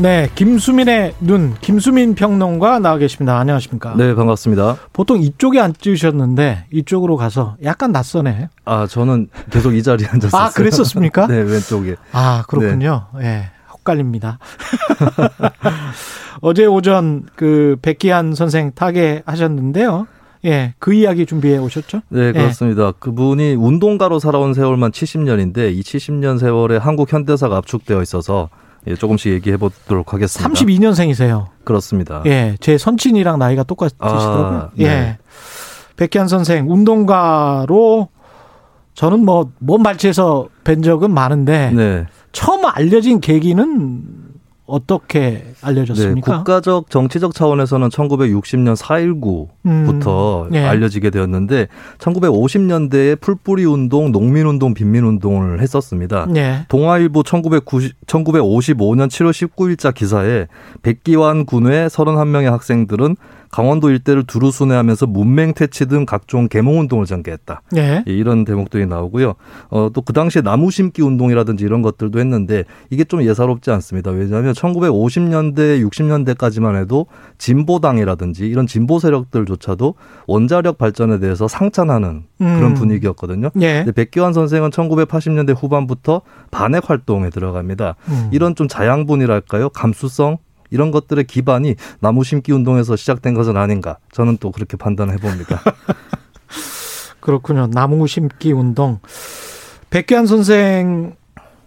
네, 김수민의 눈, 김수민 평론가 나와 계십니다. 안녕하십니까? 네, 반갑습니다. 보통 이쪽에 앉으셨는데 이쪽으로 가서 약간 낯서네. 아, 저는 계속 이 자리에 앉았었어요. 아, 그랬었습니까? 네, 왼쪽에. 아, 그렇군요. 네. 예. 헛갈립니다. 어제 오전 그 백기한 선생 타계하셨는데요. 예, 그 이야기 준비해 오셨죠? 예. 네, 그렇습니다. 그분이 운동가로 살아온 세월만 70년인데 이 70년 세월에 한국 현대사가 압축되어 있어서 예, 조금씩 얘기해 보도록 하겠습니다. 32년생이세요. 그렇습니다. 예, 제 선친이랑 나이가 똑같으시더라고요. 아, 네. 예. 백기한 선생 운동가로 저는 뭐 몸 발치에서 뵌 적은 많은데 네. 처음 알려진 계기는 어떻게 네, 알려졌습니까? 국가적 정치적 차원에서는 1960년 4.19 부터 음, 예. 알려지게 되었는데 1950년대에 풀뿌리 운동, 농민 운동, 빈민 운동을 했었습니다. 예. 동아일보 1990, 1955년 7월 19일자 기사에 백기환 군의 31명의 학생들은 강원도 일대를 두루 순회하면서 문맹 퇴치 등 각종 계몽 운동을 전개했다. 예. 예, 이런 대목들이 나오고요. 어, 또 그 당시에 나무 심기 운동이라든지 이런 것들도 했는데 이게 좀 예사롭지 않습니다. 왜냐하면 1950년대, 60년대까지만 해도 진보당이라든지 이런 진보 세력들조차도 원자력 발전에 대해서 상찬하는 음. 그런 분위기였거든요. 예. 근데 백기환 선생은 1980년대 후반부터 반핵 활동에 들어갑니다. 음. 이런 좀 자양분이랄까요? 감수성? 이런 것들의 기반이 나무 심기 운동에서 시작된 것은 아닌가. 저는 또 그렇게 판단해 봅니다. 그렇군요. 나무 심기 운동. 백기환 선생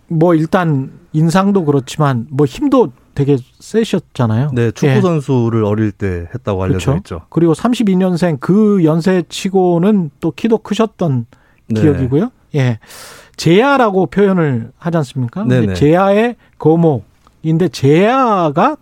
뭐 일단 인상도 그렇지만 뭐 힘도 되게 세셨잖아요. 네, 축구 예. 선수를 어릴 때 했다고 알려져 그렇죠. 있죠. 그리고 32년생 그 연세치고는 또 키도 크셨던 네. 기억이고요. 예. 제야라고 표현을 하지 않습니까? 네네. 근데 제야의 거목인데 제야가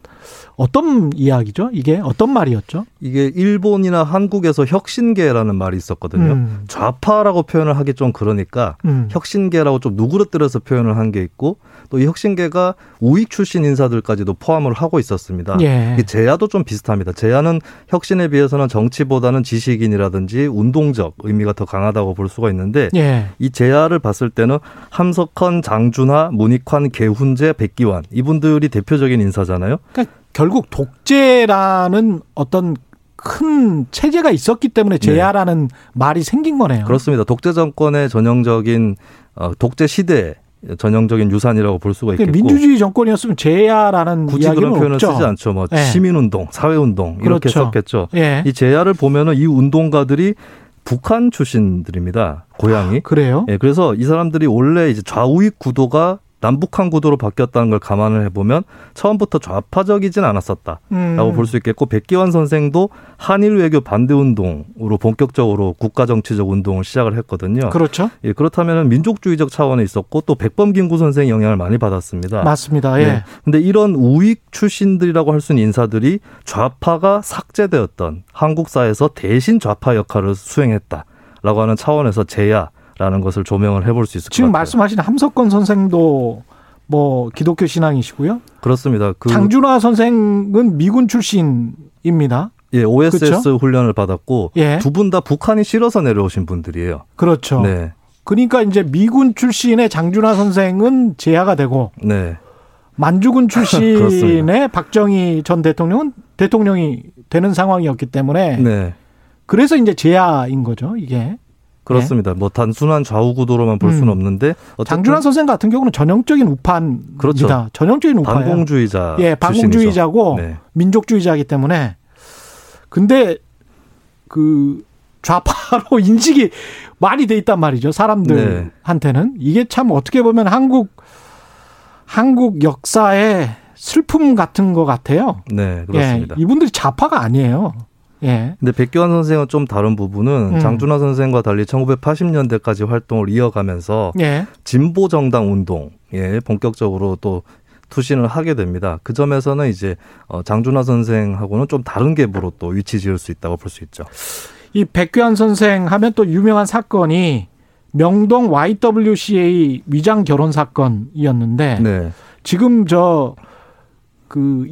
어떤 이야기죠? 이게 어떤 말이었죠? 이게 일본이나 한국에서 혁신계라는 말이 있었거든요. 음. 좌파라고 표현을 하기 좀 그러니까 음. 혁신계라고 좀 누그러뜨려서 표현을 한 게 있고 또 이 혁신계가 우익 출신 인사들까지도 포함을 하고 있었습니다. 예. 이게 제야도 좀 비슷합니다. 제야는 혁신에 비해서는 정치보다는 지식인이라든지 운동적 의미가 더 강하다고 볼 수가 있는데 예. 이 제야를 봤을 때는 함석헌, 장준하, 문익환, 개훈재, 백기환 이분들이 대표적인 인사잖아요. 그러니까 결국 독재라는 어떤 큰 체제가 있었기 때문에 제야라는 말이 생긴 거네요. 네. 그렇습니다. 독재 정권의 전형적인 어, 독재 시대 의 전형적인 유산이라고 볼 수가 있겠고 그러니까 민주주의 정권이었으면 제야라는 굳이 음, 이야기는 그런 표현을 없죠. 쓰지 않죠. 뭐 예. 시민운동, 사회운동 이렇게 그렇죠. 썼겠죠. 예. 이 제야를 보면은 이 운동가들이 북한 출신들입니다. 고향이. 아, 그래요? 예, 그래서 이 사람들이 원래 이제 좌우익 구도가 남북한 구도로 바뀌었다는 걸 감안을 해보면 처음부터 좌파적이진 않았었다. 라고 음. 볼 수 있겠고 백기환 선생도 한일 외교 반대 운동으로 본격적으로 국가 정치적 운동을 시작을 했거든요. 그렇죠. 예, 그렇다면 민족주의적 차원에 있었고 또 백범김구 선생 영향을 많이 받았습니다. 맞습니다. 예. 네. 근데 이런 우익 출신들이라고 할 수 있는 인사들이 좌파가 삭제되었던 한국사에서 대신 좌파 역할을 수행했다라고 하는 차원에서 제야라는 것을 조명을 해볼 수 있을 것 지금 같아요. 말씀하신 함석권 선생도 뭐 기독교 신앙이시고요. 그렇습니다. 그 장준하 선생은 미군 출신입니다. 예, OSS 그렇죠? 훈련을 받았고 예. 두 분 다 북한이 싫어서 내려오신 분들이에요. 그렇죠. 네, 그러니까 이제 미군 출신의 장준하 선생은 제야가 되고 네, 만주군 그렇습니다. 출신의 박정희 전 대통령은 대통령이 되는 상황이었기 때문에 네. 그래서 이제 제야인 거죠. 이게 그렇습니다. 뭐 단순한 좌우 구도로만 볼 예. 음. 수는 없는데 어쨌든 장준하 선생 같은 경우는 전형적인 우파입니다. 그렇죠. 전형적인 우파예요. 반공주의자 예, 출신이죠. 반공주의자고 네. 민족주의자이기 때문에 근데 그 좌파로 인식이 많이 돼 있단 말이죠 네. 사람들한테는 이게 참 어떻게 보면 한국 한국 역사의 슬픔 같은 것 같아요. 네, 그렇습니다. 예, 이분들이 좌파가 아니에요. 예, 근데 백교환 선생은 좀 다른 부분은 음. 장준하 선생과 달리 네. 1980년대까지 활동을 이어가면서 예, 진보 정당 운동 예 본격적으로 또 투신을 하게 됩니다. 그 점에서는 이제 어, 장준하 선생하고는 좀 다른 갭으로 또 위치 지을 수 있다고 볼 수 있죠. 이 백규환 선생 하면 또 유명한 사건이 명동 YWCA 위장 결혼 사건이었는데 네. 지금 저 그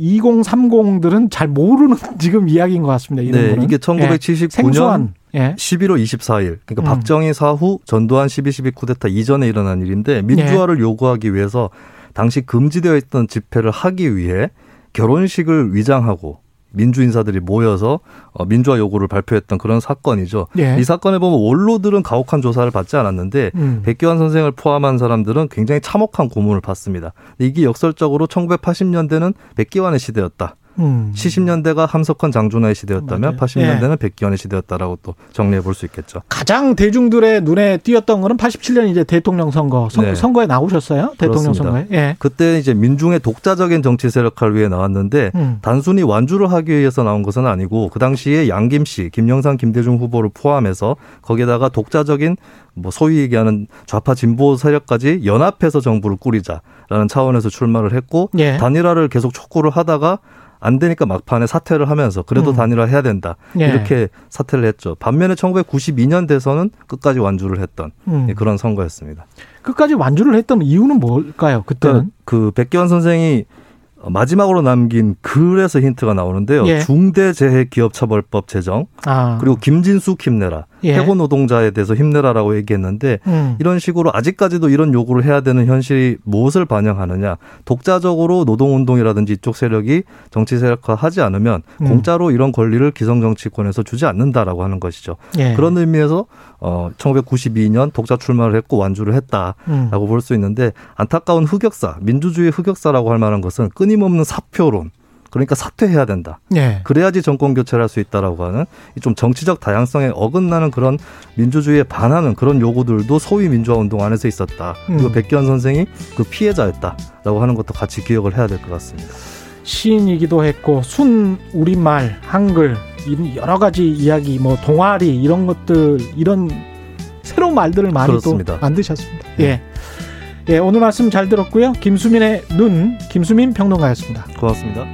2030들은 잘 모르는 지금 이야기인 것 같습니다. 이런 네, 거는. 이게 예, 1979년 생소한 예. 11월 24일 그러니까 음. 박정희 사후 전두환 12.12 쿠데타 이전에 일어난 네. 일인데 민주화를 요구하기 위해서 당시 금지되어 있던 집회를 하기 위해 결혼식을 위장하고 민주 인사들이 모여서 어, 민주화 요구를 발표했던 그런 사건이죠. 예. 이 사건에 보면 원로들은 가혹한 조사를 받지 않았는데 음. 백교환 선생을 포함한 사람들은 굉장히 참혹한 고문을 받습니다. 이게 역설적으로 1980년대는 백기환의 시대였다. 음. 70년대가 함석헌 장준하의 시대였다면 맞아요. 예. 80년대는 백기환의 시대였다라고 또 정리해 볼 수 있겠죠. 가장 대중들의 눈에 띄었던 거는 87년 이제 대통령 선거 선, 네. 거에 나오셨어요? 대통령 그렇습니다. 선거에. 예. 그때 이제 민중의 독자적인 정치 세력화를 위해 나왔는데 음. 단순히 완주를 하기 위해서 나온 것은 아니고 그 당시에 양김 씨, 김영삼, 김대중 후보를 포함해서 거기에다가 독자적인 뭐 소위 얘기하는 좌파 진보 세력까지 연합해서 정부를 꾸리자라는 차원에서 출마를 했고 예. 단일화를 계속 촉구를 하다가 안 되니까 막판에 사퇴를 하면서 그래도 음. 단일화 해야 된다 예. 이렇게 사퇴를 했죠. 반면에 1992년 대선은 끝까지 완주를 했던 음. 예, 그런 선거였습니다. 끝까지 완주를 했던 이유는 뭘까요? 그러니까 그때는. 그 백기환 선생이 마지막으로 남긴 글에서 힌트가 나오는데요. 예. 중대재해기업처벌법 제정 아. 그러니까 그리고 김진수 힘내라 예. 해고 노동자에 대해서 힘내라라고 얘기했는데 음. 이런 식으로 아직까지도 이런 요구를 해야 되는 현실이 무엇을 반영하느냐 독자적으로 노동운동이라든지 이쪽 세력이 정치 세력화하지 않으면 음. 공짜로 이런 권리를 기성 정치권에서 주지 않는다라고 하는 것이죠. 예. 그런 의미에서 어 1992년 독자 출마를 했고 완주를 했다. 음. 라고 볼 수 있는데 안타까운 흑역사, 민주주의 흑역사라고 할 만한 것은 끊임없는 사표론. 그러니까 사퇴해야 된다. 예. 그래야지 정권 교체를 할 수 있다라고 하는 이좀 정치적 다양성에 어긋나는 그런 민주주의에 반하는 그런 요구들도 소위 민주화 운동 안에서 있었다. 그리고 음. 백기현 선생이 그 피해자였다라고 하는 것도 같이 기억을 해야 될 것 같습니다. 시인이기도 했고 순 우리말 한글 이런 여러 가지 이야기 뭐 동아리 이런 것들 이런 새로운 말들을 많이 그렇습니다. 또 만드셨습니다. 예. 예, 오늘 말씀 잘 들었고요. 김수민의 눈 김수민 평론가였습니다. 고맙습니다.